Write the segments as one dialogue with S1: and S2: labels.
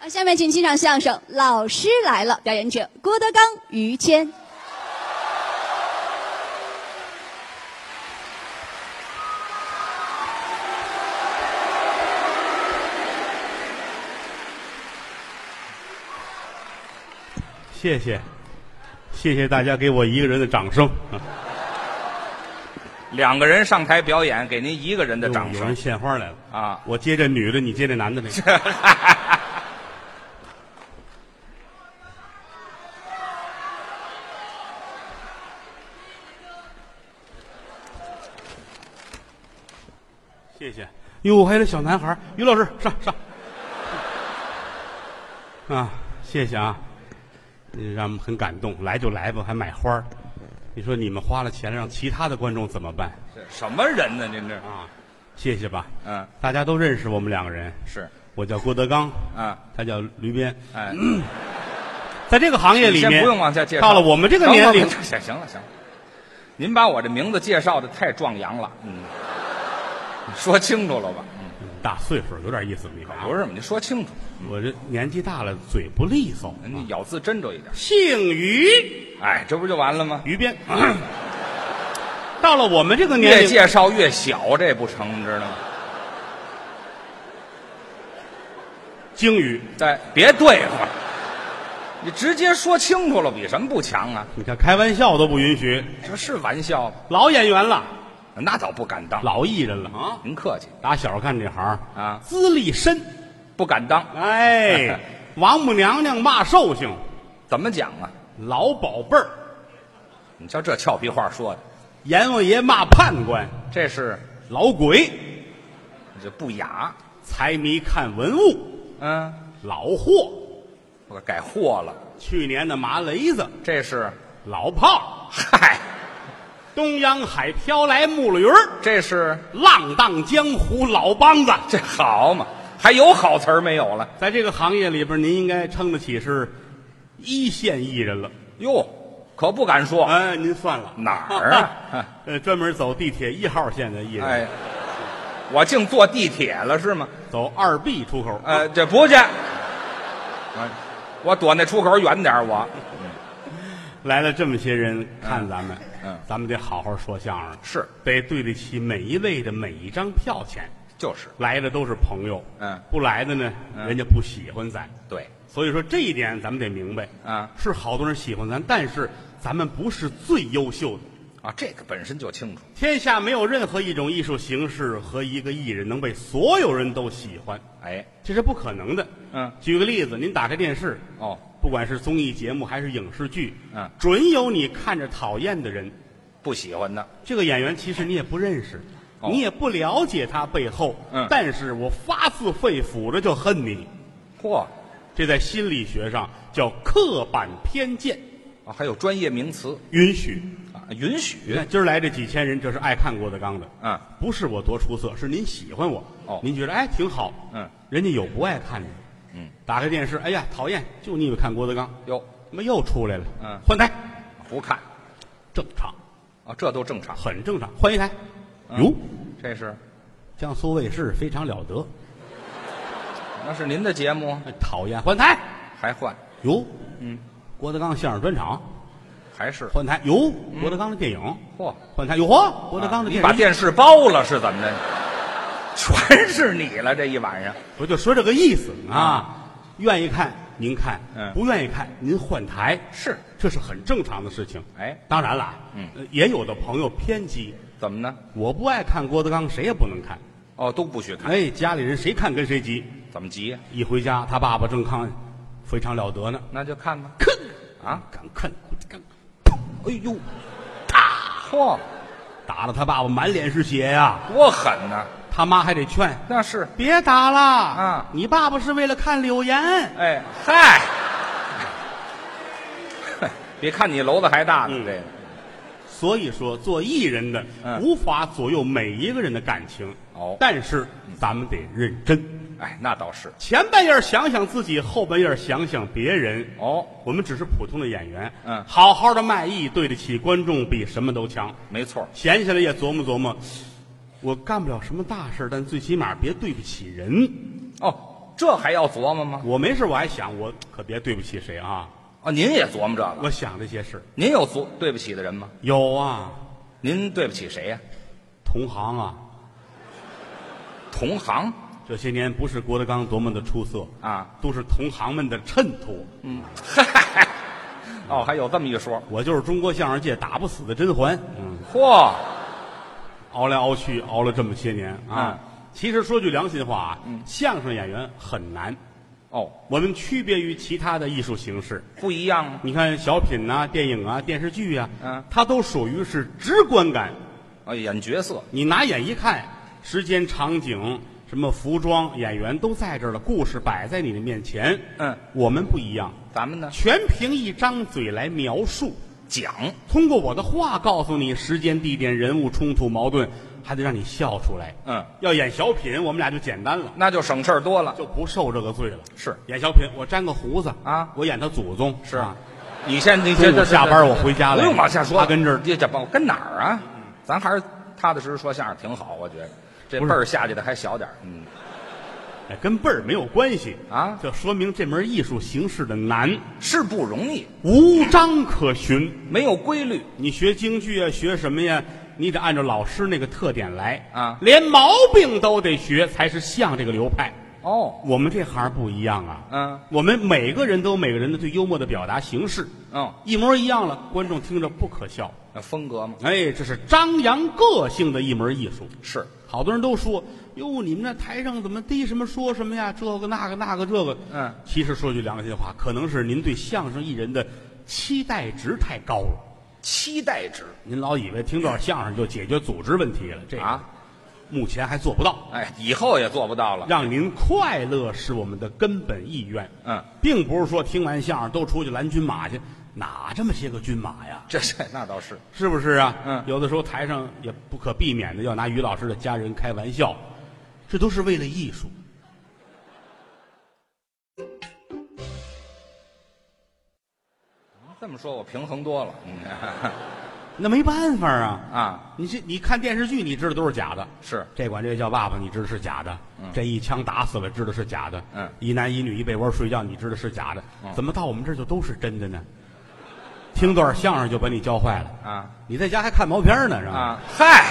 S1: 啊，下面请欣赏相声《老师来了》，表演者郭德纲、于谦。
S2: 谢谢，谢谢大家给我一个人的掌声。啊
S3: 两个人上台表演，给您一个人的掌
S2: 有人
S3: 声
S2: 献花来了，
S3: 啊！
S2: 我接这女的，你接这男的那个。 谢谢。哟，还有那小男孩儿，于老师上上。啊，谢谢啊，你让我们很感动。来就来吧，还买花儿你说你们花了钱了，让其他的观众怎么办
S3: 这什么人呢？您这，
S2: 啊？谢谢吧。
S3: 嗯，
S2: 大家都认识我们两个人，
S3: 是
S2: 我叫郭德纲，
S3: 啊，
S2: 他叫驴鞭。
S3: 哎，
S2: 在这个行业里面，
S3: 你先不用往下介绍
S2: 到了我们这个年龄
S3: 等会，儿行行了行了，您把我这名字介绍的太壮阳了，嗯，你说清楚了吧？
S2: 大岁数有点意思，你看啊
S3: 不，是嘛，你说清楚，
S2: 我这年纪大了，嘴不利索。啊
S3: 你咬字斟酌一点。
S2: 姓于，
S3: 哎，这不就完了吗？
S2: 于鞭。 到了我们这个年
S3: 越
S2: 龄，
S3: 介绍越小，这不成，你知道吗？
S2: 鲸鱼，
S3: 再别对付，你直接说清楚了，比什么不强啊？
S2: 你看开玩笑都不允许，
S3: 这是玩笑吗？
S2: 老演员了，
S3: 那倒不敢当，
S2: 老艺人了啊。
S3: 您客气
S2: 打小干这行，
S3: 啊，
S2: 资历深，
S3: 不敢当。
S2: 哎，王母娘娘骂寿星，
S3: 怎么讲啊？
S2: 老宝贝儿，
S3: 你瞧这俏皮话说的，
S2: 阎王爷骂判官，
S3: 这是
S2: 老鬼，
S3: 这不雅。
S2: 财迷看文物，
S3: 嗯，
S2: 老货，
S3: 我改货了，
S2: 去年的麻雷子，
S3: 这是
S2: 老炮，
S3: 嗨，
S2: 东洋海飘来木驴儿，
S3: 这是
S2: 浪荡江湖老梆子。
S3: 这好嘛？还有好词儿没有了？
S2: 在这个行业里边，您应该称得起是一线艺人了。
S3: 哟，可不敢说
S2: 哎，您算了
S3: 哪儿啊？
S2: 呃，专门走地铁一号线的艺人，
S3: 哎，我竟坐地铁了是吗？
S2: 走二 B 出口。
S3: 呃，这不去，哎我躲那出口远点儿我
S2: 来了这么些人看咱们，
S3: 嗯
S2: 咱们得好好说相声，
S3: 是
S2: 得对得起每一位的每一张票钱。
S3: 就是
S2: 来的都是朋友，
S3: 嗯
S2: 不来的呢，
S3: 嗯
S2: 人家不喜欢咱，
S3: 对，
S2: 所以说这一点咱们得明白
S3: 啊
S2: 是好多人喜欢咱，但是咱们不是最优秀的。
S3: 啊，这个本身就清楚，
S2: 天下没有任何一种艺术形式和一个艺人能被所有人都喜欢，
S3: 哎，
S2: 这是不可能的。
S3: 嗯，
S2: 举个例子，您打开电视，
S3: 哦，
S2: 不管是综艺节目还是影视剧，
S3: 嗯
S2: 准有你看着讨厌的人。
S3: 不喜欢的，
S2: 这个演员其实你也不认识，
S3: 哦
S2: 你也不了解他背后，
S3: 嗯
S2: 但是我发自肺腑的就恨你，
S3: 嚯、
S2: 这在心理学上叫刻板偏见。
S3: 啊，还有专业名词
S2: 允许，
S3: 啊，允
S2: 你
S3: 许
S2: 看今儿来这几千人，这是爱看郭德纲的，
S3: 嗯，
S2: 不是我多出色，是您喜欢我，
S3: 哦
S2: 您觉得哎挺好，
S3: 嗯，
S2: 人家有不爱看的，
S3: 嗯，
S2: 打开电视，哎呀讨厌，就腻歪看郭德纲，
S3: 哟，
S2: 他妈又出来了，
S3: 嗯
S2: 换台，
S3: 不看
S2: 正常，
S3: 啊，这都正常。
S2: 很正常，换一台，
S3: 嗯
S2: 哟，
S3: 这是
S2: 江苏卫视非常了得，
S3: 那是您的节目，
S2: 哎讨厌，换台，
S3: 还换
S2: 哟，
S3: 嗯，
S2: 郭德纲相声专场，
S3: 还是
S2: 换台，哟，郭德纲的电影，
S3: 嚯？
S2: 换台，哟呵，郭德纲的
S3: 嗯啊你
S2: 电
S3: 把
S2: 影，
S3: 电视包了是怎么的？ 全是你了，这一晚上
S2: 我就说这个意思啊，愿意看您看，
S3: 嗯
S2: 不愿意看您换台，
S3: 是
S2: 这是很正常的事情。
S3: 哎，
S2: 当然了，
S3: 嗯
S2: 呃，也有的朋友偏激，
S3: 怎么呢？
S2: 我不爱看郭德纲，谁也不能看。
S3: 哦，都不许看，
S2: 哎，家里人谁看跟谁急。
S3: 怎么急呀？
S2: 一回家，他爸爸正看《非常了得》呢，
S3: 那就看吧。
S2: 看
S3: 啊，
S2: 敢看郭德纲，
S3: 哎呦，嚯，
S2: 打了他爸爸满脸是血呀、
S3: 多狠呐、
S2: 他妈还得劝，
S3: 那是，
S2: 别打了
S3: 啊
S2: 你爸爸是为了看柳岩。
S3: 哎嗨， 比看你楼子还大呢，
S2: 嗯
S3: 这个
S2: 所以说，做艺人的、
S3: 嗯
S2: 无法左右每一个人的感情。
S3: 哦
S2: 但是咱们得认真，
S3: 哎，那倒是
S2: 前半夜想想自己，后半夜想想别人。
S3: 哦，
S2: 我们只是普通的演员，
S3: 嗯
S2: 好好的卖艺，对得起观众，比什么都强。
S3: 没错儿，
S2: 闲下来也琢磨琢磨，我干不了什么大事，但最起码别对不起人。
S3: 哦，这还要琢磨吗？
S2: 我没事，我还想，我可别对不起谁啊！
S3: 哦，您也琢磨这个？
S2: 我想这些事，
S3: 您有琢对不起的人吗？
S2: 有啊，
S3: 您对不起谁呀、
S2: 同行啊，
S3: 同行
S2: 这些年不是郭德纲多么的出色，
S3: 啊？
S2: 都是同行们的衬托。
S3: 嗨，哦，还有这么一说。
S2: 我就是中国相声界打不死的甄嬛，嗯，
S3: 嚯，
S2: 熬来熬去，熬了这么些年啊。其实说句良心话啊，相声演员很难，
S3: 哦，
S2: 我们区别于其他的艺术形式。
S3: 不一样啊吗？
S2: 你看小品呐、电影啊、电视剧啊，
S3: 嗯
S2: 它都属于是直观感。
S3: 啊，演角色
S2: 你拿眼一看，时间、场景、什么服装、演员都在这儿了，故事摆在你的面前。
S3: 嗯，
S2: 我们不一样，
S3: 咱们呢
S2: 全凭一张嘴来描述，
S3: 讲
S2: 通过我的话告诉你时间、地点、人物、冲突、矛盾，还得让你笑出来。
S3: 嗯，
S2: 要演小品，我们俩就简单了，
S3: 那就省事儿多了。
S2: 就不受这个罪了。
S3: 是
S2: 演小品，我粘个胡子
S3: 啊
S2: 我演他祖宗
S3: 是
S2: 啊。，
S3: 你先你
S2: 中
S3: 先
S2: 午下班我回家了，
S3: 不用往下说，
S2: 他跟这儿
S3: 这这帮跟哪儿啊？咱还是踏踏实实说相声挺好，我觉得这
S2: 不
S3: 辈
S2: 是
S3: 儿下去的还小点儿嗯，
S2: 哎，跟辈儿没有关系
S3: 啊
S2: 这说明这门艺术形式的难，
S3: 是不容易，
S2: 无章可循。
S3: 没有规律，
S2: 你学京剧啊，学什么呀？你得按照老师那个特点来
S3: 啊
S2: 连毛病都得学，才是像这个流派。
S3: 哦，
S2: 我们这行不一样啊，
S3: 嗯，
S2: 我们每个人都有每个人的最幽默的表达形式，
S3: 嗯，
S2: 一模一样了，观众听着不可笑。
S3: 那风格嘛，
S2: 哎，这是张扬个性的一门艺术。
S3: 是
S2: 好多人都说，哟，你们那台上怎么逮什么说什么呀？这个那个那个这个。
S3: 嗯，
S2: 其实说句良心话，可能是您对相声艺人的期待值太高了。
S3: 期待值
S2: 您老以为听段相声就解决组织问题了，这个
S3: 啊，
S2: 目前还做不到。
S3: 哎，以后也做不到了。
S2: 让您快乐是我们的根本意愿，
S3: 嗯，
S2: 并不是说听完相声都出去拦军马去，哪这么些个军马呀？
S3: 这这那倒是，
S2: 是不是啊？
S3: 嗯
S2: 有的时候台上也不可避免的要拿于老师的家人开玩笑，这都是为了艺术。
S3: 这么说我平衡多了。嗯
S2: 那没办法啊！
S3: 啊，
S2: 你这你看电视剧，你知道都是假的。
S3: 是
S2: 这管这叫爸爸，你知道是假的。这一枪打死了，知道是假的。
S3: 嗯
S2: 一男一女一被窝睡觉，你知道是假的。怎么到我们这儿就都是真的呢？听段相声就把你教坏了！
S3: 啊
S2: 你在家还看毛片呢，是吧？
S3: 啊，嗨，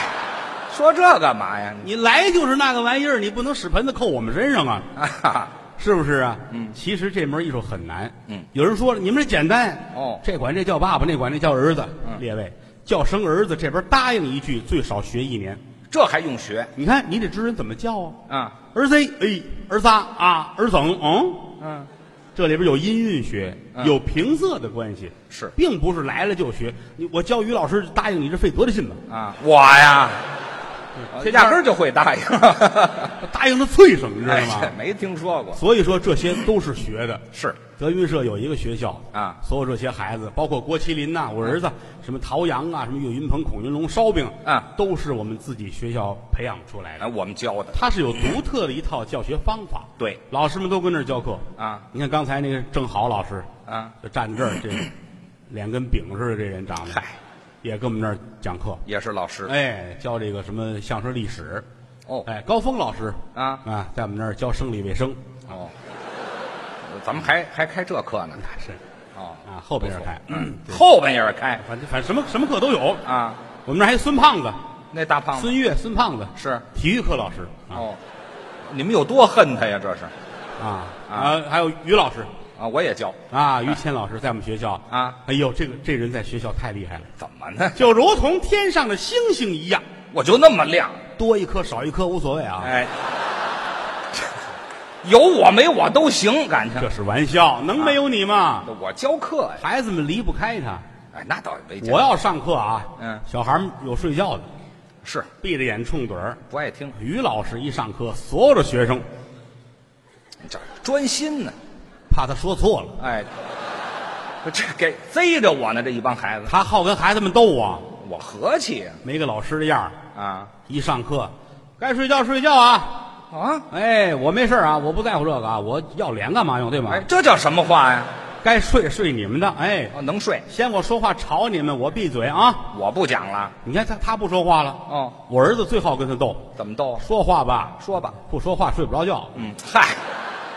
S3: 说这干嘛呀？
S2: 你来就是那个玩意儿，你不能屎盆子扣我们身上啊！
S3: 啊哈哈，
S2: 是不是啊？嗯，其实这门艺术很难。
S3: 嗯，
S2: 有人说了，你们这简单
S3: 哦
S2: 这管这叫爸爸，那管这叫儿子。
S3: 嗯
S2: 列位，叫生儿子这边答应一句，最少学一年。
S3: 这还用学
S2: 你看，你得知人怎么叫啊。
S3: 啊？
S2: 儿子，哎，儿仨啊，儿整，嗯，
S3: 嗯，
S2: 这里边有音韵学，
S3: 嗯
S2: 有平仄的关系，
S3: 是
S2: 并不是来了就学。你我教于老师答应你，这费多大劲呢？
S3: 啊，我呀，
S2: 这
S3: 压根儿就会答应，
S2: 答应的脆生，你 知道
S3: 哎，这
S2: 吗？
S3: 没听说过。
S2: 所以说这些都是学的。
S3: 是
S2: 德云社有一个学校
S3: 啊
S2: 所有这些孩子，包括郭麒麟呐、我儿子，什么陶阳啊，什么岳云鹏、孔云龙、烧饼
S3: 啊，
S2: 都是我们自己学校培养出来
S3: 哎，
S2: 的。
S3: 我们教的
S2: 他是有独特的一套教学方法，
S3: 对
S2: 老师们都跟这儿教课
S3: 啊。
S2: 你看刚才那个郑好老师，
S3: 啊，
S2: 就站这儿， 这脸跟饼似的，这人长得
S3: 嗨，
S2: 也跟我们这儿讲课，
S3: 也是老师
S2: 哎，教这个什么相声历史，
S3: 哦
S2: 哎，高峰老师
S3: 啊
S2: 啊，在我们那儿教生理卫生，
S3: 哦，咱们还还开这课呢
S2: 那是
S3: 哦，
S2: 啊，后边儿开，
S3: 后半夜开
S2: 反正反正什么什么课都有。
S3: 啊，
S2: 我们这儿还有孙胖子、
S3: 那大胖子
S2: 孙越、孙胖子
S3: 是
S2: 体育课老师啊
S3: 哦，你们有多恨他呀？这是
S2: 啊啊，还有于老师
S3: 啊，我也教，
S2: 啊，于谦老师在我们学校
S3: 啊，
S2: 哎呦，这个这人在学校太厉害了，
S3: 怎么呢？
S2: 就如同天上的星星一样，
S3: 我就那么亮，
S2: 多一颗少一颗无所谓啊，
S3: 哎， 有我没我都行，感情
S2: 这是玩笑，能
S3: 啊
S2: 没有你吗？
S3: 我教课呀，
S2: 孩子们离不开他，
S3: 哎，那倒也没见
S2: 我要上课啊，
S3: 嗯
S2: 小孩们有睡觉的，
S3: 是
S2: 闭着眼冲盹儿。
S3: 不爱听，
S2: 于老师一上课，所有的学生
S3: 这专心呢。
S2: 怕他说错了，
S3: 哎，这给贼着我呢，这一帮孩子，
S2: 他好跟孩子们斗啊，
S3: 我和气呀
S2: 没个老师的样儿。
S3: 啊
S2: 一上课，该睡觉睡觉啊！
S3: 啊！
S2: 哎，我没事儿啊，我不在乎这个啊，我要脸干嘛用，对吗？
S3: 哎，这叫什么话呀？
S2: 该睡睡你们的，哎，
S3: 哦，能睡，
S2: 嫌我说话吵你们，我闭嘴啊！
S3: 我不讲了。
S2: 你看他他不说话了，
S3: 哦，
S2: 我儿子最好跟他斗，
S3: 怎么逗啊？
S2: 说话吧，
S3: 说吧。
S2: 不说话睡不着觉，
S3: 嗯，嗨，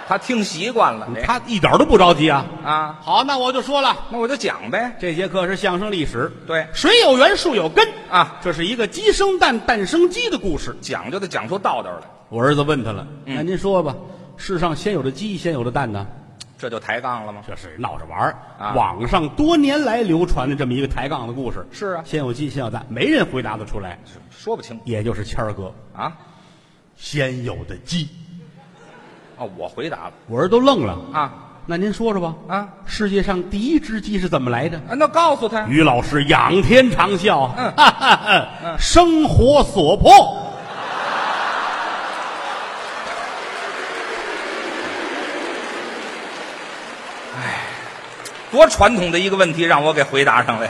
S3: 他听习惯了，这
S2: 他一点儿都不着急啊。
S3: 啊，
S2: 好，那我就说了，
S3: 那我就讲呗。
S2: 这节课是相声历史，
S3: 对
S2: 水有源，树有根
S3: 啊，
S2: 这是一个鸡生蛋，蛋生鸡的故事。
S3: 讲就得讲出道道来，
S2: 我儿子问他了，那、您说吧，世上先有的鸡，先有的蛋呢？
S3: 这就抬杠了吗？
S2: 这是闹着玩儿、
S3: 啊
S2: 网上多年来流传的这么一个抬杠的故事。
S3: 是啊
S2: 先有鸡，先有蛋，没人回答得出来，
S3: 说不清
S2: 也就是谦儿哥，
S3: 啊。
S2: 先有的鸡。
S3: 哦，我回答了
S2: 我儿子都愣了，
S3: 啊
S2: 那您说说吧，
S3: 啊
S2: 世界上第一只鸡是怎么来的？
S3: 啊，那告诉他，
S2: 于老师仰天长啸，
S3: 嗯
S2: 哈哈哈，生活所迫。
S3: 多传统的一个问题让我给回答上来，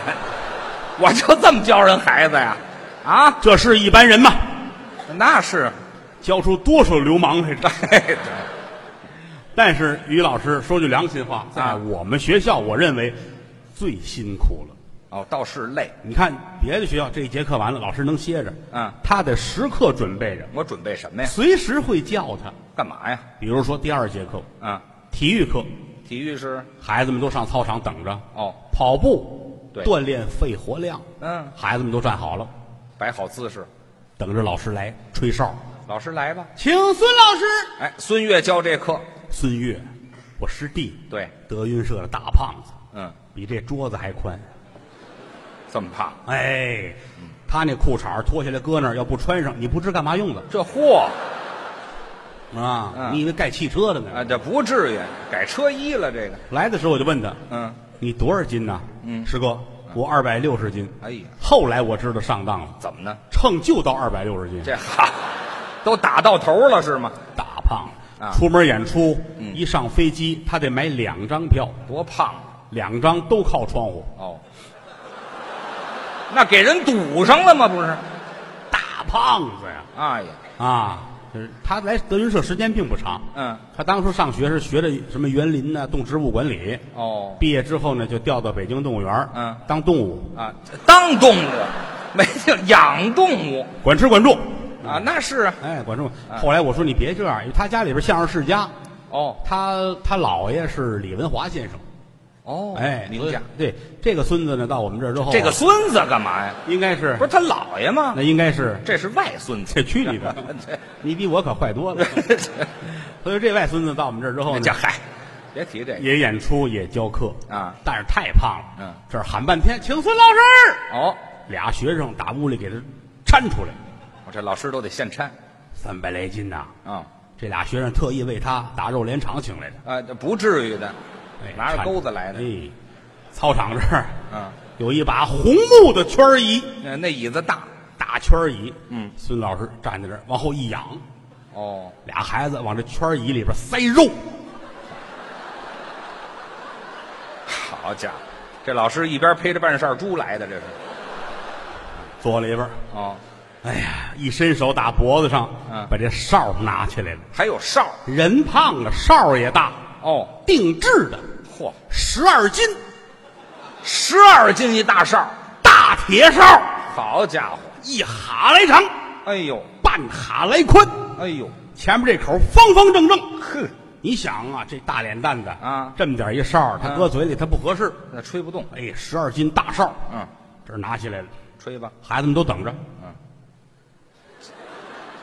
S3: 我就这么教人孩子呀？啊，
S2: 这是一般人吗？
S3: 那是，
S2: 教出多少流氓来着？
S3: 哎，对
S2: 但是于老师说句良心话，在
S3: 啊
S2: 我们学校，我认为最辛苦了。
S3: 哦，倒是累，
S2: 你看别的学校这一节课完了，老师能歇着，
S3: 嗯
S2: 他得时刻准备着，
S3: 我准备什么呀？
S2: 随时会叫他。
S3: 干嘛呀？
S2: 比如说第二节课
S3: 啊，
S2: 体育课，
S3: 体育是，
S2: 孩子们都上操场等着
S3: 哦，
S2: 跑步，
S3: 对
S2: 锻炼肺活量。
S3: 嗯，
S2: 孩子们都站好了，
S3: 摆好姿势，
S2: 等着老师来吹哨。
S3: 老师来吧。
S2: 请孙老师，
S3: 哎，孙越教这课，
S2: 孙越，我师弟，
S3: 对，
S2: 德云社的大胖子，
S3: 嗯，
S2: 比这桌子还宽。
S3: 这么胖，
S2: 哎，他那裤衩儿脱下来搁那儿，要不穿上，你不知干嘛用的
S3: 这货
S2: 啊？
S3: 嗯
S2: 你以为盖汽车的呢？
S3: 啊，这不至于改车衣了，这个，
S2: 来的时候我就问他，
S3: 嗯，
S2: 你多少斤呢？
S3: 嗯
S2: 师哥，我二百六十斤。
S3: 哎呀，
S2: 后来我知道上当了，
S3: 怎么呢？
S2: 称就到二百六十斤，
S3: 这哈，都打到头了是吗？
S2: 大胖子
S3: 啊嗯
S2: 出门演出，一上飞机他得买两张票，
S3: 多胖啊！
S2: 两张都靠窗户。
S3: 哦，那给人堵上了吗？不是？
S2: 大胖子呀，
S3: 哎呀，
S2: 啊，就是他来德云社时间并不长。
S3: 嗯，
S2: 他当初上学是学的什么园林呢、啊动植物管理。
S3: 哦，
S2: 毕业之后呢，就调到北京动物园，
S3: 嗯，
S2: 当动物，
S3: 啊，当动物没听养动物
S2: 管吃管住。
S3: 啊，那是啊，
S2: 哎，管住。后来我说你别这样，因为他家里边相声世家，
S3: 哦
S2: 他他姥爷是李文华先生，
S3: 哦，
S2: 哎，
S3: 您
S2: 所以
S3: 家
S2: 对这个孙子呢，到我们这儿之后啊，
S3: 这个孙子干嘛呀？
S2: 应该是
S3: 不是他姥爷吗
S2: 那？应该是
S3: 这是外孙子，
S2: 这去你的
S3: 这，
S2: 你比我可坏多 了。所以这外孙子到我们这儿之后
S3: 这
S2: 呢，
S3: 嗨，别提这个
S2: 也演出也教课
S3: 啊，
S2: 但是太胖了，
S3: 嗯，
S2: 这儿喊半天，请孙老师，
S3: 哦，
S2: 俩学生打屋里给他搀出来，
S3: 我这老师都得现掺
S2: 三百来斤呐、
S3: 啊
S2: 这俩学生特意为他打肉联厂请来的，
S3: 啊，这不至于的，
S2: 哎，
S3: 拿着
S2: 搀
S3: 钩子来的
S2: 哎，操场这儿
S3: 嗯，
S2: 有一把红木的圈儿椅，
S3: 那那椅子大
S2: 大圈儿椅，
S3: 嗯，
S2: 孙老师站在这儿往后一仰，
S3: 哦，
S2: 俩孩子往这圈儿椅里边塞肉，
S3: 好家伙，这老师一边背着半扇猪来的，这是
S2: 坐里边儿，
S3: 哦，
S2: 哎呀，一伸手打脖子上，
S3: 嗯
S2: 把这哨拿起来了。
S3: 还有哨儿
S2: 人胖了，哨儿也大，
S3: 哦。
S2: 定制的，
S3: 嚯，
S2: 十二斤
S3: 十二斤一大哨，
S2: 大铁哨儿，
S3: 好家伙！
S2: 一哈来长，
S3: 哎呦，
S2: 半哈来宽，
S3: 哎呦，
S2: 前面这口方方正正。
S3: 哼，
S2: 你想啊，这大脸蛋子
S3: 啊
S2: 这么点一哨儿，他
S3: 嗯
S2: 搁嘴里他不合适。
S3: 那吹不动。
S2: 哎，十二斤大哨儿，
S3: 嗯，
S2: 这儿拿起来了，
S3: 吹吧，
S2: 孩子们都等着，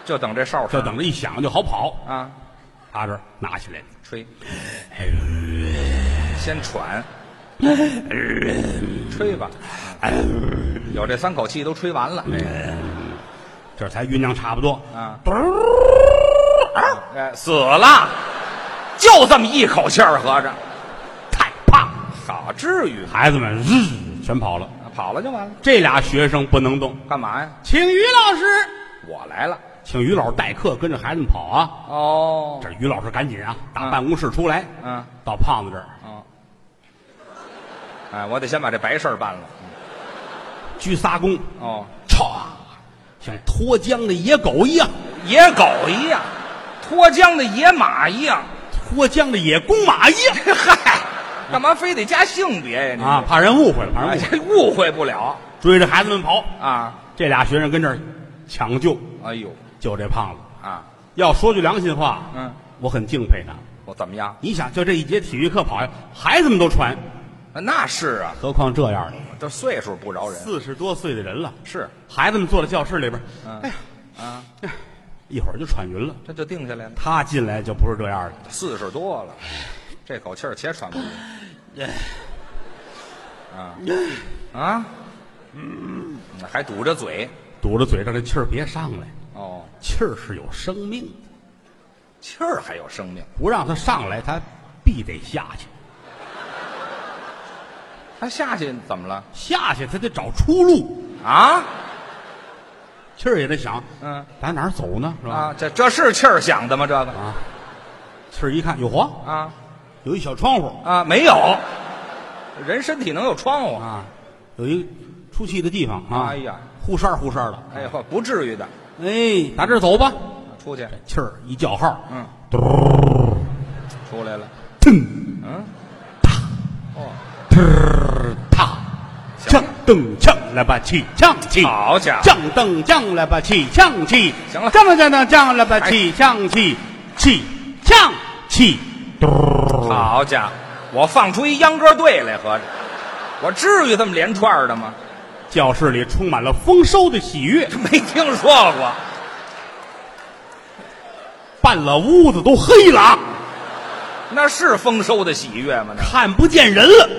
S3: 就等这哨
S2: 就
S3: 声
S2: 等着一响就好跑。
S3: 啊，
S2: 他这儿拿起来了，
S3: 吹。先喘，吹吧，有这三口气都吹完了。
S2: 这才酝酿差不多。
S3: 啊
S2: 嘟儿，啊
S3: 哎，死了，就这么一口气儿，合着，
S2: 太胖，
S3: 好至于吗？
S2: 孩子们日全跑了。
S3: 跑了就完了，
S2: 这俩学生不能动，
S3: 干嘛呀？
S2: 请于老师，
S3: 我来了。
S2: 请于老师代课，跟着孩子们跑啊。
S3: 哦，
S2: 这于老师赶紧啊，打
S3: 嗯
S2: 办公室出来，
S3: 嗯，
S2: 到胖子这儿，
S3: 哦，哎，我得先把这白事儿办了。
S2: 鞠仨躬，
S3: 哦，
S2: 歘，像脱缰的野狗一样，
S3: 野狗一样，脱缰的野马一样。
S2: 脱缰的野公马一样
S3: 嗨，干嘛非得加性别呀？你
S2: 啊，怕人误会了，怕
S3: 哎
S2: 人误会，
S3: 这误会不了
S2: 追着孩子们跑。
S3: 啊！
S2: 这俩学生跟这儿抢救，
S3: 哎呦
S2: 救这胖子。
S3: 啊，
S2: 要说句良心话，
S3: 嗯，
S2: 我很敬佩他，
S3: 我怎么样？
S2: 你想，就这一节体育课跑呀，孩子们都传，
S3: 啊那是啊，
S2: 何况这样
S3: 我这岁数不饶人。
S2: 四十多岁的人了，
S3: 是，
S2: 孩子们坐在教室里边，哎呀，
S3: 啊，
S2: 一会儿就喘匀了。
S3: 这就定下来了。
S2: 他进来就不是这样的，
S3: 四十多了，这口气儿且喘不过哎啊啊！还堵着嘴
S2: 堵着嘴让这气儿别上来。
S3: 哦，
S2: 气儿是有生命的，
S3: 气儿还有生命，
S2: 不让它上来，它必得下去。
S3: 他下去怎么了
S2: 下去它得找出路，
S3: 啊？
S2: 气儿也得想，
S3: 嗯
S2: 打哪儿走呢？是吧？
S3: 啊，这这是气儿想的吗？这个
S2: 气儿一看，有黄，
S3: 啊
S2: 有一小窗户
S3: 啊，没有，人身体能有窗户？
S2: 啊，有一出气的地方啊。
S3: 哎呀，
S2: 呼扇儿呼扇儿的，
S3: 哎呀，不至于的，
S2: 哎，打这儿走吧。
S3: 出去，
S2: 气儿一叫号，
S3: 嗯，
S2: 嘟
S3: 出来了，
S2: 腾
S3: 嗯，哦，
S2: 嘚踏，
S3: 行
S2: 锵噔锵来吧，起锵起，
S3: 好家伙
S2: 锵噔锵来吧，起锵起，
S3: 行了
S2: 锵了锵噔锵来吧，
S3: 哎
S2: 起锵起，起锵起，嘟儿，
S3: 好家伙，我放出一秧歌队来，合着，我至于这么连串儿的吗？
S2: 教室里充满了丰收的喜悦，
S3: 没听说过。
S2: 半了屋子都黑了啊，
S3: 那是丰收的喜悦吗？那
S2: 看不见人了。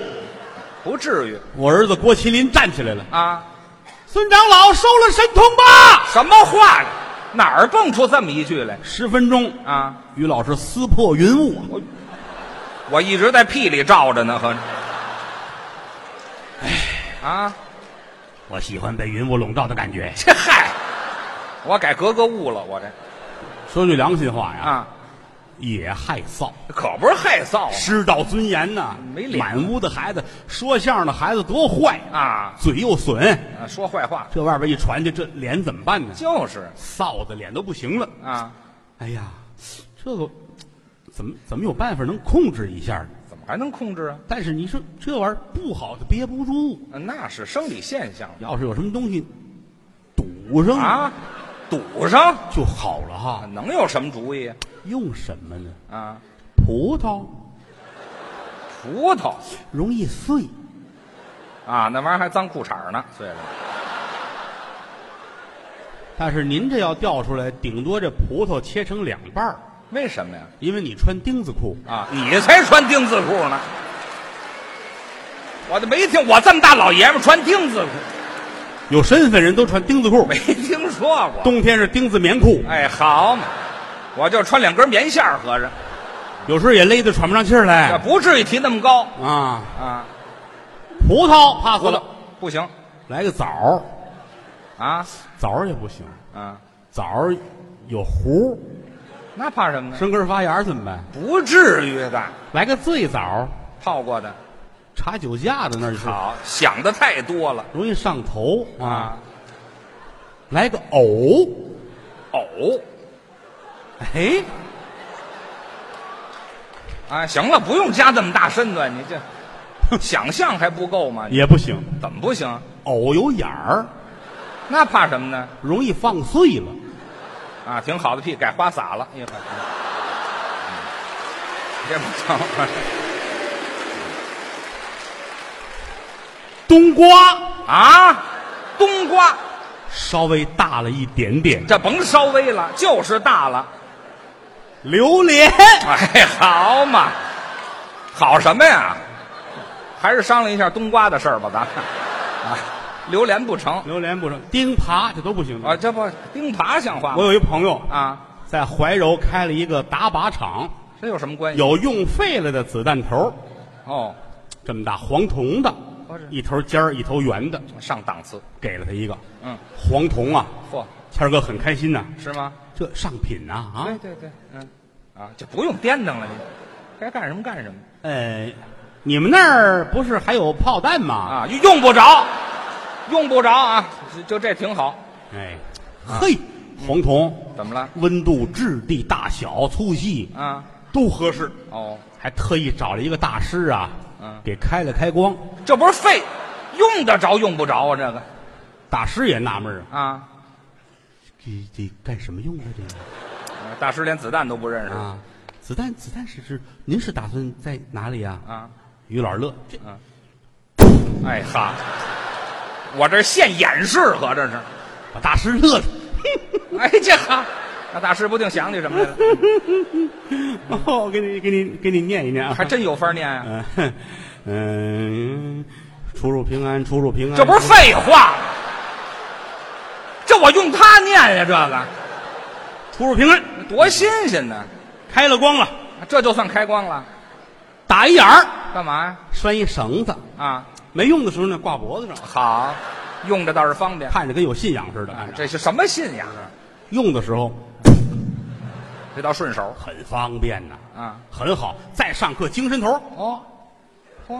S3: 不至于
S2: 我儿子郭麒麟站起来了，
S3: 啊！
S2: 孙长老收了神童吧。
S3: 什么话呀？哪儿蹦出这么一句来
S2: 十分钟，
S3: 啊？
S2: 于老师撕破云雾，
S3: 我一直在屁里照着呢，合着。哎，啊，
S2: 我喜欢被云雾笼罩的感觉。
S3: 这嗨，我改格格巫了，我这
S2: 说句良心话呀，
S3: 啊，
S2: 也害臊。
S3: 可不是害臊
S2: 师道尊严呐、
S3: 没脸
S2: 满屋的孩子，说相声的孩子多坏，
S3: 啊
S2: 嘴又损，
S3: 啊！说坏话
S2: 这外边一传去，这脸怎么办呢？
S3: 就是
S2: 臊的脸都不行了。
S3: 啊，
S2: 哎呀，这个怎么怎么有办法能控制一下呢？
S3: 怎么还能控制啊？
S2: 但是你说这玩意儿不好，它憋不住。
S3: 那是生理现象
S2: 要是有什么东西堵上
S3: 啊，堵上
S2: 就好了哈。
S3: 能有什么主意啊
S2: 用什么呢？
S3: 啊？
S2: 葡萄
S3: 葡萄
S2: 容易碎，
S3: 啊，那玩意儿还脏裤衩呢，碎了。
S2: 但是您这要掉出来，顶多这葡萄切成两半儿，
S3: 为什么呀？
S2: 因为你穿钉子裤。
S3: 啊，你才穿钉子裤呢！我都没听，我这么大老爷们儿穿钉子裤，
S2: 有身份人都穿钉子裤，
S3: 没听说过。
S2: 冬天是钉子棉裤，
S3: 哎，好嘛，我就穿两根棉线儿合着，
S2: 有时候也勒得喘不上气儿
S3: 这
S2: 来
S3: 不至于提那么高
S2: 啊。
S3: 啊！
S2: 葡萄怕死
S3: 不
S2: 了，
S3: 不行
S2: 来个枣儿，
S3: 啊
S2: 枣儿也不行，
S3: 啊，
S2: 枣儿有核，
S3: 那怕什么呢？
S2: 生根发芽怎么办？
S3: 不至于的，
S2: 来个醉枣儿，
S3: 泡过的。
S2: 查酒驾的那是
S3: 好，想的太多了
S2: 容易上头啊
S3: 啊。！
S2: 来个藕，
S3: 藕
S2: 哎，
S3: 啊，行了，不用加这么大身段，你这想象还不够吗？你
S2: 也不行，
S3: 怎么不行？
S2: 藕有眼儿，
S3: 那怕什么呢？
S2: 容易放碎了。
S3: 啊，挺好的屁，改花洒了，一会儿。嗯这不成
S2: 冬瓜
S3: 啊！冬瓜
S2: 稍微大了一点点，
S3: 这甭稍微了，就是大了。
S2: 榴莲
S3: 哎，好嘛，好什么呀？还是商量一下冬瓜的事儿吧，咱们啊，榴莲不成
S2: 榴莲不成，钉耙这都不行。
S3: 啊，这不钉耙像话
S2: 我
S3: 吗？
S2: 有一朋友
S3: 啊，
S2: 在怀柔开了一个打靶场，
S3: 这有什么关系？
S2: 有用废了的子弹头，
S3: 哦，
S2: 这么大黄铜的
S3: 我知，
S2: 一头尖儿一头圆的，
S3: 上档次，
S2: 给了他一个
S3: 嗯，
S2: 黄铜啊。
S3: 嚯，
S2: 谦儿哥很开心呐、
S3: 是吗？
S2: 这上品呐啊
S3: 对对对，嗯，啊，就不用颠腾了，你该干什么干什么
S2: 呃，你们那儿不是还有炮弹吗？
S3: 啊，用不着，用不着啊，就就这挺好。
S2: 哎，嘿，黄铜
S3: 怎么了？
S2: 温度、质地、大小、粗细
S3: 啊，
S2: 都合适，
S3: 哦，
S2: 还特意找了一个大师啊，
S3: 嗯
S2: 给开了开光。
S3: 这不是废，用得着用不着啊？这个
S2: 大师也纳闷儿啊，
S3: 啊，
S2: 这这干什么用的这个
S3: 呃大师连子弹都不认识
S2: 啊？子弹，子弹是是，您是打算在哪里呀、
S3: 啊！
S2: 于老师乐，这
S3: 哎哈，我这现演示，合着是。
S2: 把大师乐的。
S3: 哎，这哈，那大师不定想起什么来了，
S2: 哦，我给你给你给你念一念啊，
S3: 还真有法念啊！
S2: 嗯哼嗯，出入平安，出入平安。
S3: 这不是废话吗？这我用它念呀，这个
S2: 出入平安，
S3: 多新鲜呢！
S2: 开了光了，
S3: 这就算开光了，
S2: 打一眼儿，
S3: 干嘛呀？
S2: 拴一绳子，
S3: 啊，
S2: 没用的时候呢挂脖子上，
S3: 好，啊用着倒是方便。
S2: 看着跟有信仰似的。按着
S3: 这是什么信仰？啊
S2: 用的时候
S3: 这倒顺手
S2: 很方便呐，
S3: 啊！
S2: 很好。再上课精神头儿，
S3: 哦，嚯，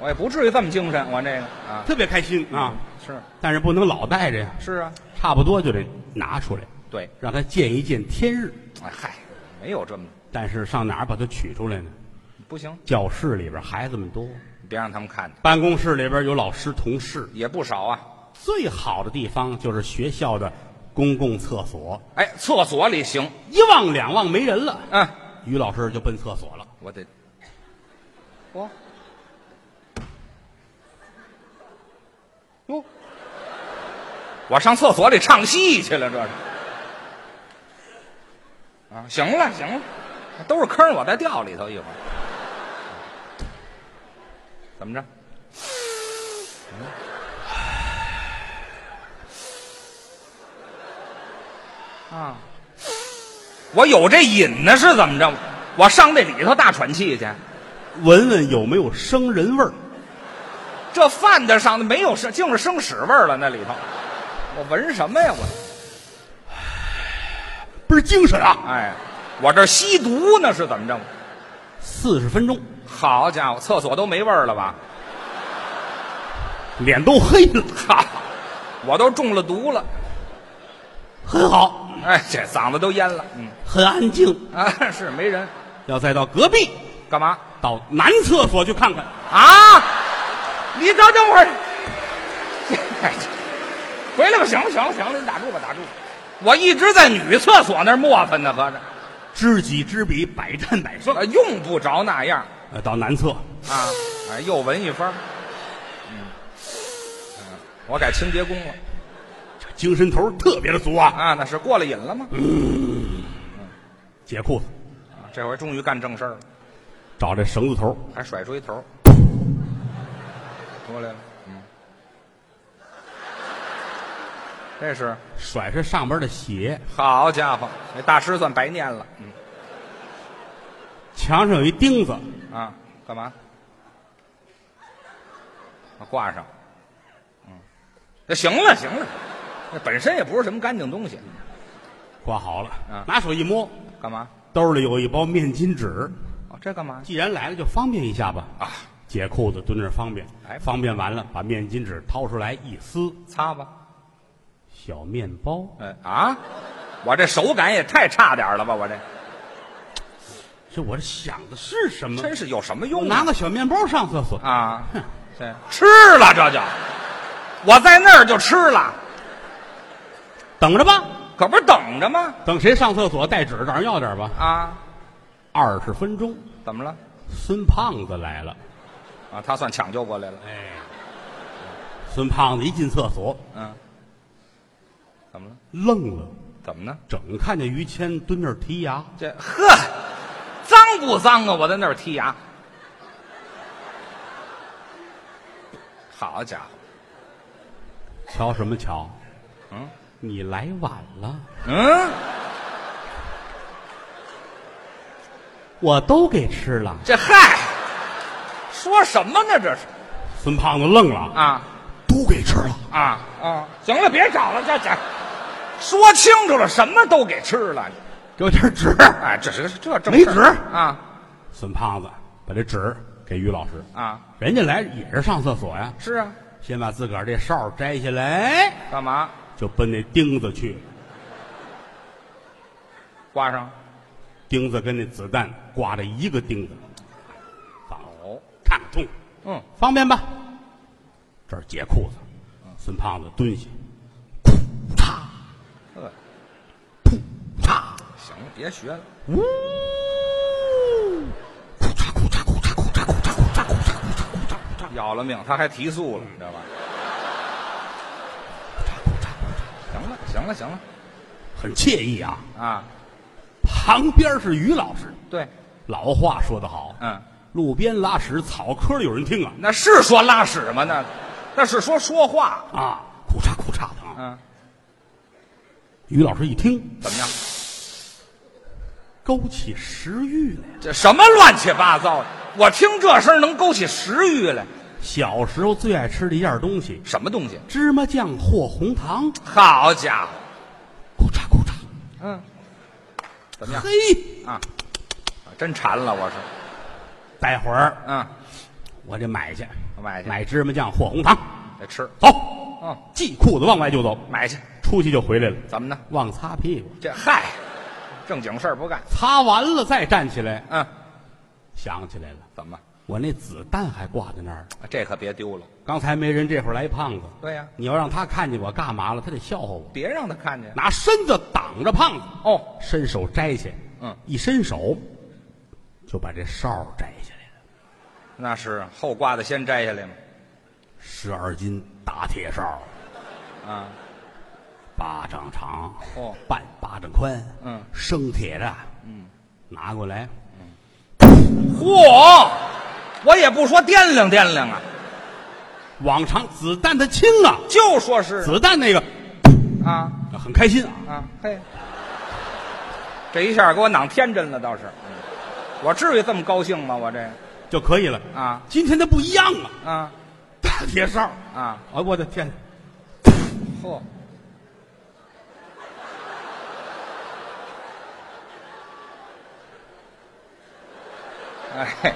S3: 我也不至于这么精神，我这个啊，
S2: 特别开心啊。
S3: 是
S2: 但是不能老带着呀，
S3: 是啊，
S2: 差不多就得拿出来，
S3: 对，
S2: 让他见一见天日。
S3: 哎嗨，没有这么
S2: 但是上哪儿把它取出来呢？
S3: 不行，
S2: 教室里边孩子们多，
S3: 别让他们看见，
S2: 办公室里边有老师同事。
S3: 也不少啊。
S2: 最好的地方就是学校的公共厕所，
S3: 哎，厕所里行，
S2: 一望两望没人了，
S3: 嗯，
S2: 于老师就奔厕所了。
S3: 我得，我，哟，我上厕所里唱戏去了，这是。啊，行了行了，都是坑，我再掉里头一会儿。怎么着？啊，我有这瘾呢，是怎么着？我上那里头大喘气去。
S2: 闻闻有没有生人味儿，
S3: 这饭的上的没有生，净是生屎味儿了那里头。我闻什么呀我？
S2: 倍儿精神啊！
S3: 哎，我这吸毒呢是怎么着？
S2: 四十分钟，
S3: 好家伙，厕所都没味儿了吧？
S2: 脸都黑了，
S3: 哈，我都中了毒了。
S2: 很好，
S3: 哎，这嗓子都淹了。嗯
S2: 很安静。
S3: 啊，是没人，
S2: 要再到隔壁，
S3: 干嘛
S2: 到男厕所去看看。
S3: 啊？你等等会儿， 哎回来吧，行了行了行了，你打住吧打住吧。我一直在女厕所那儿磨蹭呢，合着、
S2: 知己知彼，百战百胜。
S3: 呃用不着那样。
S2: 呃，到男厕，
S3: 啊，哎，又闻一番儿。嗯，嗯我改清洁工了
S2: 这精神头儿特别的足啊！
S3: 啊，那是过了瘾了吗？
S2: 解裤子，
S3: 啊这回终于干正事儿了，
S2: 找这绳子头儿，
S3: 还甩出一头儿，过来了。嗯，这是
S2: 甩甩上边的血。
S3: 好家伙，那大师算白念了。嗯
S2: 墙上有一钉子，
S3: 啊，干嘛？啊挂上。嗯，那行了行了，那本身也不是什么干净东西，
S2: 挂好了，
S3: 啊
S2: 拿手一摸，
S3: 干嘛？
S2: 兜里有一包面巾纸，
S3: 哦，这干嘛？
S2: 既然来了就方便一下吧。
S3: 啊，
S2: 解裤子蹲那儿方便
S3: 哎，
S2: 方便完了把面巾纸掏出来一撕，
S3: 擦吧。
S2: 小面包
S3: 哎啊，我这手感也太差点儿了吧！我这
S2: 这我这想的是什么？
S3: 真是有什么
S2: 我
S3: 用
S2: 嗯拿
S3: 啊？
S2: 个小面包上厕所，
S3: 啊
S2: 哼，
S3: 这吃了这就，我在那儿就吃了，
S2: 等着吧，
S3: 可不是等着吗？
S2: 等谁上厕所带纸，找人要点吧。
S3: 啊，
S2: 二十分钟，
S3: 怎么了？
S2: 孙胖子来了，
S3: 啊，他算抢救过来了。
S2: 哎，孙胖子一进厕所
S3: 嗯，怎么了？
S2: 愣了，
S3: 怎么呢？
S2: 整看见于谦蹲那儿剔牙，
S3: 这呵，脏不脏啊？我在那儿剔牙。好家伙，
S2: 瞧什么瞧？
S3: 嗯
S2: 你来晚了，
S3: 嗯，
S2: 我都给吃了。
S3: 这嗨，说什么呢？这是
S2: 孙胖子愣了，
S3: 啊。
S2: 都给吃了。
S3: 啊啊！行了，别找了，这这说清楚了，什么都给吃了。
S2: 给我点纸。
S3: 哎，这是这正
S2: 没
S3: 事儿
S2: 纸
S3: 啊
S2: 孙胖子把这纸给于老师，
S3: 啊！
S2: 人家来也是上厕所呀，
S3: 是啊，
S2: 先把自个儿这哨摘下来，
S3: 干嘛
S2: 就奔那钉子去。
S3: 挂上？
S2: 钉子跟那子弹挂着一个钉子，放了
S3: 哦，
S2: 看看痛，
S3: 嗯，
S2: 方便吧？这儿解裤子，孙胖子蹲下，
S3: 呃，
S2: 啪，
S3: 行了，别学了。
S2: 呜，
S3: 要了命，他还提速了，你知道吧？嗯行了，行了，行了
S2: 很惬意啊。
S3: 啊！
S2: 旁边是于老师，
S3: 对，
S2: 老话说得好，
S3: 嗯，
S2: 路边拉屎草窠有人听啊
S3: 那是说拉屎吗？那那是说说话。
S2: 啊，苦嚓苦嚓的啊。
S3: 嗯，
S2: 于老师一听，
S3: 怎么样？
S2: 勾起食欲来了。
S3: 这什么乱七八糟的？我听这声能勾起食欲来？
S2: 小时候最爱吃的一样东西，
S3: 什么东西？
S2: 芝麻酱和红糖，
S3: 好家伙！
S2: 咕嚓咕嚓，
S3: 嗯，怎么样？
S2: 嘿，
S3: 啊，真馋了，我是。
S2: 待会儿
S3: 嗯，
S2: 我得买去，
S3: 买去
S2: 买芝麻酱和红糖，
S3: 得吃。
S2: 走，
S3: 嗯，
S2: 系裤子往外就走，
S3: 买去。
S2: 出去就回来了，
S3: 怎么呢？
S2: 忘擦屁股，
S3: 这嗨，正经事儿不干。
S2: 擦完了再站起来，
S3: 嗯，
S2: 想起来了，
S3: 怎么？
S2: 我那子弹还挂在那儿，
S3: 这可别丢了。
S2: 刚才没人，这会儿来一胖子，
S3: 对呀
S2: 你要让他看见我干嘛了，他得笑话我，
S3: 别让他看见。
S2: 拿身子挡着胖子，
S3: 哦，
S2: 伸手摘去，
S3: 嗯，
S2: 一伸手就把这哨儿摘下来了，
S3: 那是后挂的先摘下来嘛。
S2: 十二斤打铁哨儿，
S3: 啊，
S2: 巴掌长，
S3: 哦
S2: 半巴掌宽，
S3: 嗯，
S2: 生铁的，嗯，拿过来，
S3: 嚯，我也不说掂量掂量啊，
S2: 往常子弹它轻啊，
S3: 就说是
S2: 子弹那个
S3: 啊
S2: 很开心啊，
S3: 啊，嘿，这一下给我囊天真了，倒是。嗯我至于这么高兴吗？我这
S2: 就可以了
S3: 啊。
S2: 今天它不一样啊，
S3: 啊
S2: 打铁哨儿，
S3: 啊，
S2: 哎我的天，
S3: 嚯！哎，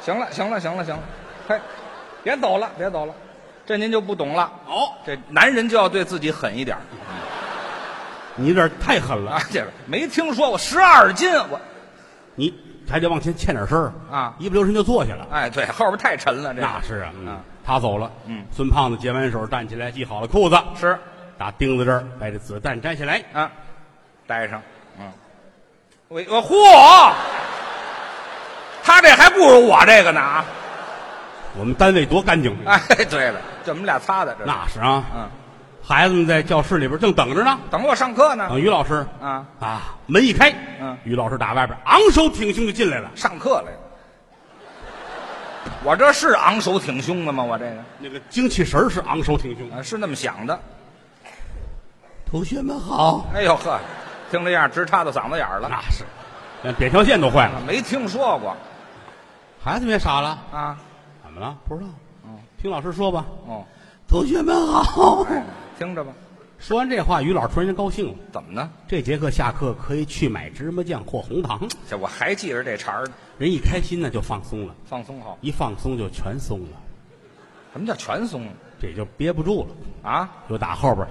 S3: 行了，行了，行了，行了，嘿，别走了，别走了，这您就不懂了。
S2: 哦，
S3: 这男人就要对自己狠一点儿
S2: 你有点太狠了
S3: 啊，！这个没听说过十二斤，我
S2: 你还得往前欠点身儿
S3: 啊
S2: 一不留神就坐下了。
S3: 哎，对，后边太沉了，这
S2: 那是啊，嗯
S3: 啊，
S2: 他走了，
S3: 嗯，
S2: 孙胖子接完手站起来，系好了裤子，
S3: 是
S2: 打钉子这儿把这子弹摘下来，
S3: 啊，带上，嗯，我我嚯，他这还不如我这个呢啊！
S2: 我们单位多干净，
S3: 哎，对了，这我们俩擦的这是，
S2: 那是啊，
S3: 嗯，
S2: 孩子们在教室里边正等着呢，
S3: 等我上课呢，
S2: 等于老师
S3: 啊
S2: 啊，门一开，
S3: 嗯
S2: 于老师打外边昂首挺胸就进来了，
S3: 上课来了。我这是昂首挺胸的吗？我这个
S2: 那个精气神儿是昂首挺胸，
S3: 啊是那么想的。
S2: 哎同学们好，
S3: 哎呦呵，听这样直插到嗓子眼儿了，
S2: 那是，连扁条线都坏了，
S3: 没听说过
S2: 孩子们也傻了，
S3: 啊。
S2: 怎么了？不知道
S3: 嗯，
S2: 听老师说吧，
S3: 哦，
S2: 同学们好。
S3: 哎，听着吧，
S2: 说完这话，于老师突然间高兴了。
S3: 怎么呢？
S2: 这节课下课可以去买芝麻酱或红糖。
S3: 这我还记着这茬儿呢，
S2: 人一开心呢，就放松了，
S3: 放松好。
S2: 一放松就全松了，
S3: 什么叫全松
S2: 这就憋不住了。
S3: 啊？
S2: 就打后边，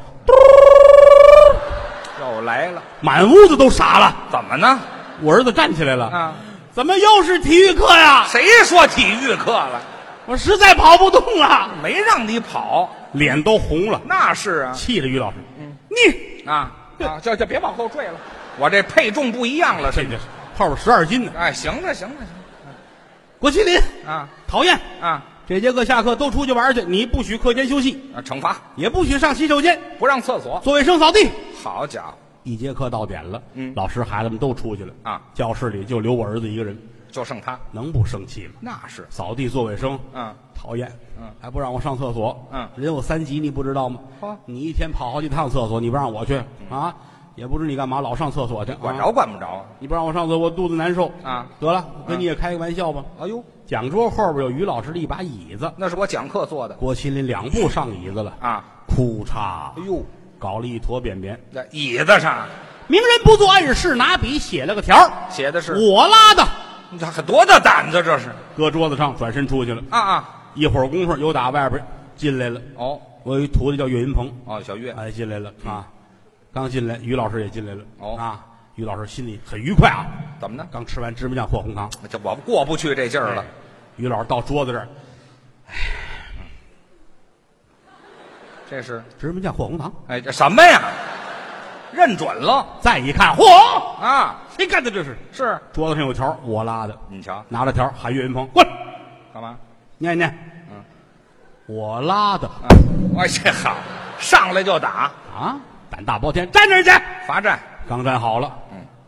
S3: 又来了，
S2: 满屋子都傻了。
S3: 怎么呢？
S2: 我儿子站起来了，
S3: 啊，
S2: 怎么又是体育课呀？
S3: 谁说体育课了？
S2: 我实在跑不动了，
S3: 没让你跑，
S2: 脸都红了，
S3: 那是啊
S2: 气着于老师，嗯你
S3: 啊啊！就就别往后坠了，我这配重不一样了，
S2: 这
S3: 是。
S2: 就是后边十二斤呢。
S3: 哎，行了行了行
S2: 郭麒麟
S3: 了啊
S2: 讨厌，
S3: 啊
S2: 这节课下课都出去玩去，你不许课间休息，
S3: 啊！惩罚
S2: 也不许上洗手间，
S3: 不让厕所，
S2: 做卫生扫地。
S3: 好家伙，
S2: 一节课到点了，
S3: 嗯
S2: 老师孩子们都出去了
S3: 啊
S2: 教室里就留我儿子一个人，
S3: 就剩他，
S2: 能不生气吗？
S3: 那是
S2: 扫地做卫生，
S3: 嗯，
S2: 讨厌，
S3: 嗯，
S2: 还不让我上厕所，
S3: 嗯哦
S2: 人有三急，你不知道吗？
S3: 嚯
S2: 你一天跑好几趟厕所，你不让我去
S3: 嗯
S2: 啊？也不知你干嘛，老上厕所去，
S3: 管
S2: 啊
S3: 着管不着啊？
S2: 你不让我上厕所，我肚子难受
S3: 啊
S2: 得了，跟你也开个玩笑吧。
S3: 哎呦，
S2: 讲桌后边有于老师的一把椅子，
S3: 那是我讲课做的
S2: 郭麒麟两步上椅子了，
S3: 啊！
S2: 哭嚓
S3: 哎，呦，
S2: 搞了一坨便便。
S3: 在椅子上
S2: 明人不做暗事，拿笔写了个条儿
S3: 写的是，
S2: 我拉的，
S3: 你这多大胆子这是
S2: 搁桌子上，转身出去了。
S3: 啊啊！
S2: 一会儿功夫，又打外边进来了。
S3: 哦
S2: 我有一徒弟叫岳云鹏，
S3: 哦，小月，
S2: 哎，进来了啊，刚进来，于老师也进来了。
S3: 哦
S2: 啊，于老师心里很愉快啊，
S3: 怎么呢？
S2: 刚吃完芝麻酱和红糖。
S3: 这我过不去这劲儿了
S2: 哎。于老师到桌子这儿，
S3: 这是，
S2: 芝麻酱和红糖，
S3: 哎，这什么呀？认准了
S2: 再一看，嚯，
S3: 啊！
S2: 谁干的这是？
S3: 是，
S2: 桌子上有条儿，我拉的，
S3: 你瞧
S2: 拿着条儿喊岳云鹏过来
S3: 干嘛？
S2: 念一念，我拉的
S3: 啊，哎，这好，上来就打
S2: 啊！胆大包天，站那儿去！
S3: 罚站。
S2: 刚站好了，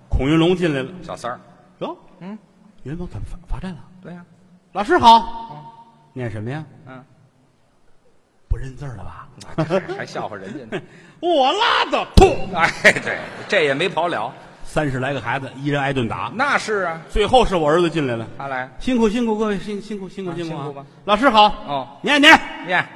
S2: 孔云龙进来了，
S3: 小三儿，
S2: 哟，嗯，云龙怎么罚罚站了？
S3: 对呀、
S2: 老师好，念什么呀？
S3: 嗯，
S2: 不认字儿了吧？
S3: 还还笑话人家呢。
S2: 我拉的，砰！
S3: 哎，对，这也没跑了。
S2: 三十来个孩子，一人挨顿打。
S3: 那是啊，
S2: 最后是我儿子进来了，
S3: 他来
S2: 辛苦辛苦各位，辛辛苦辛苦
S3: 啊
S2: 辛苦
S3: 辛
S2: 啊
S3: 苦吧！
S2: 老师好，
S3: 哦，
S2: 念念
S3: 念，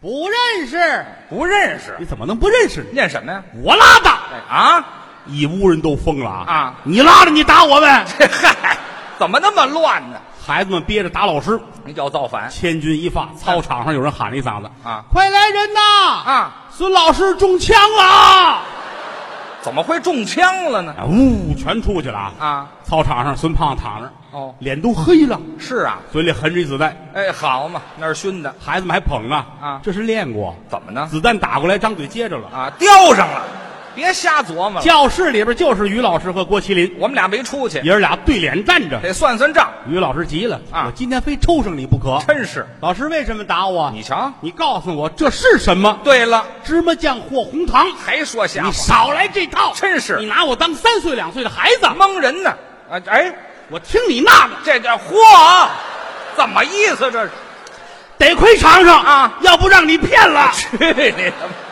S2: 不认识，
S3: 不认识，
S2: 你怎么能不认识呢？
S3: 念什么呀？
S2: 我拉的，
S3: 哎啊，
S2: 一屋人都疯了啊！
S3: 啊
S2: 你拉着你打我们，
S3: 这嗨，怎么那么乱呢？
S2: 孩子们憋着打老师，
S3: 你要造反
S2: 千钧一发。操场上有人喊了一嗓子
S3: 啊
S2: 快来人呐！
S3: 啊？
S2: 孙老师中枪了啊！
S3: 怎么会中枪了呢？
S2: 啊呜，全出去了啊！
S3: 啊，
S2: 操场上，孙胖躺着，
S3: 哦，
S2: 脸都黑了，
S3: 是啊，
S2: 嘴里含着一子弹，
S3: 哎，好嘛，那是熏的，
S2: 孩子们还捧呢。
S3: 啊
S2: 这是练过，
S3: 怎么呢？
S2: 子弹打过来，张嘴接着了。
S3: 啊，叼上了，别瞎琢磨了。
S2: 教室里边就是于老师和郭麒麟，
S3: 我们俩没出去，
S2: 爷儿俩对脸站着。
S3: 得算算账。
S2: 于老师急了，
S3: 啊
S2: 我今天非抽上你不可！
S3: 真是，
S2: 老师为什么打我？
S3: 你瞧，
S2: 你告诉我这是什么？
S3: 对了，
S2: 芝麻酱和红糖，
S3: 还说瞎
S2: 你
S3: 话，
S2: 少来这套！
S3: 真是
S2: 你拿我当三岁两岁的孩子，
S3: 蒙人呢。啊，哎，
S2: 我听你那个，
S3: 这叫嚯，怎么意思这是？
S2: 得亏尝尝
S3: 啊，
S2: 要不让你骗了。
S3: 去你的吧！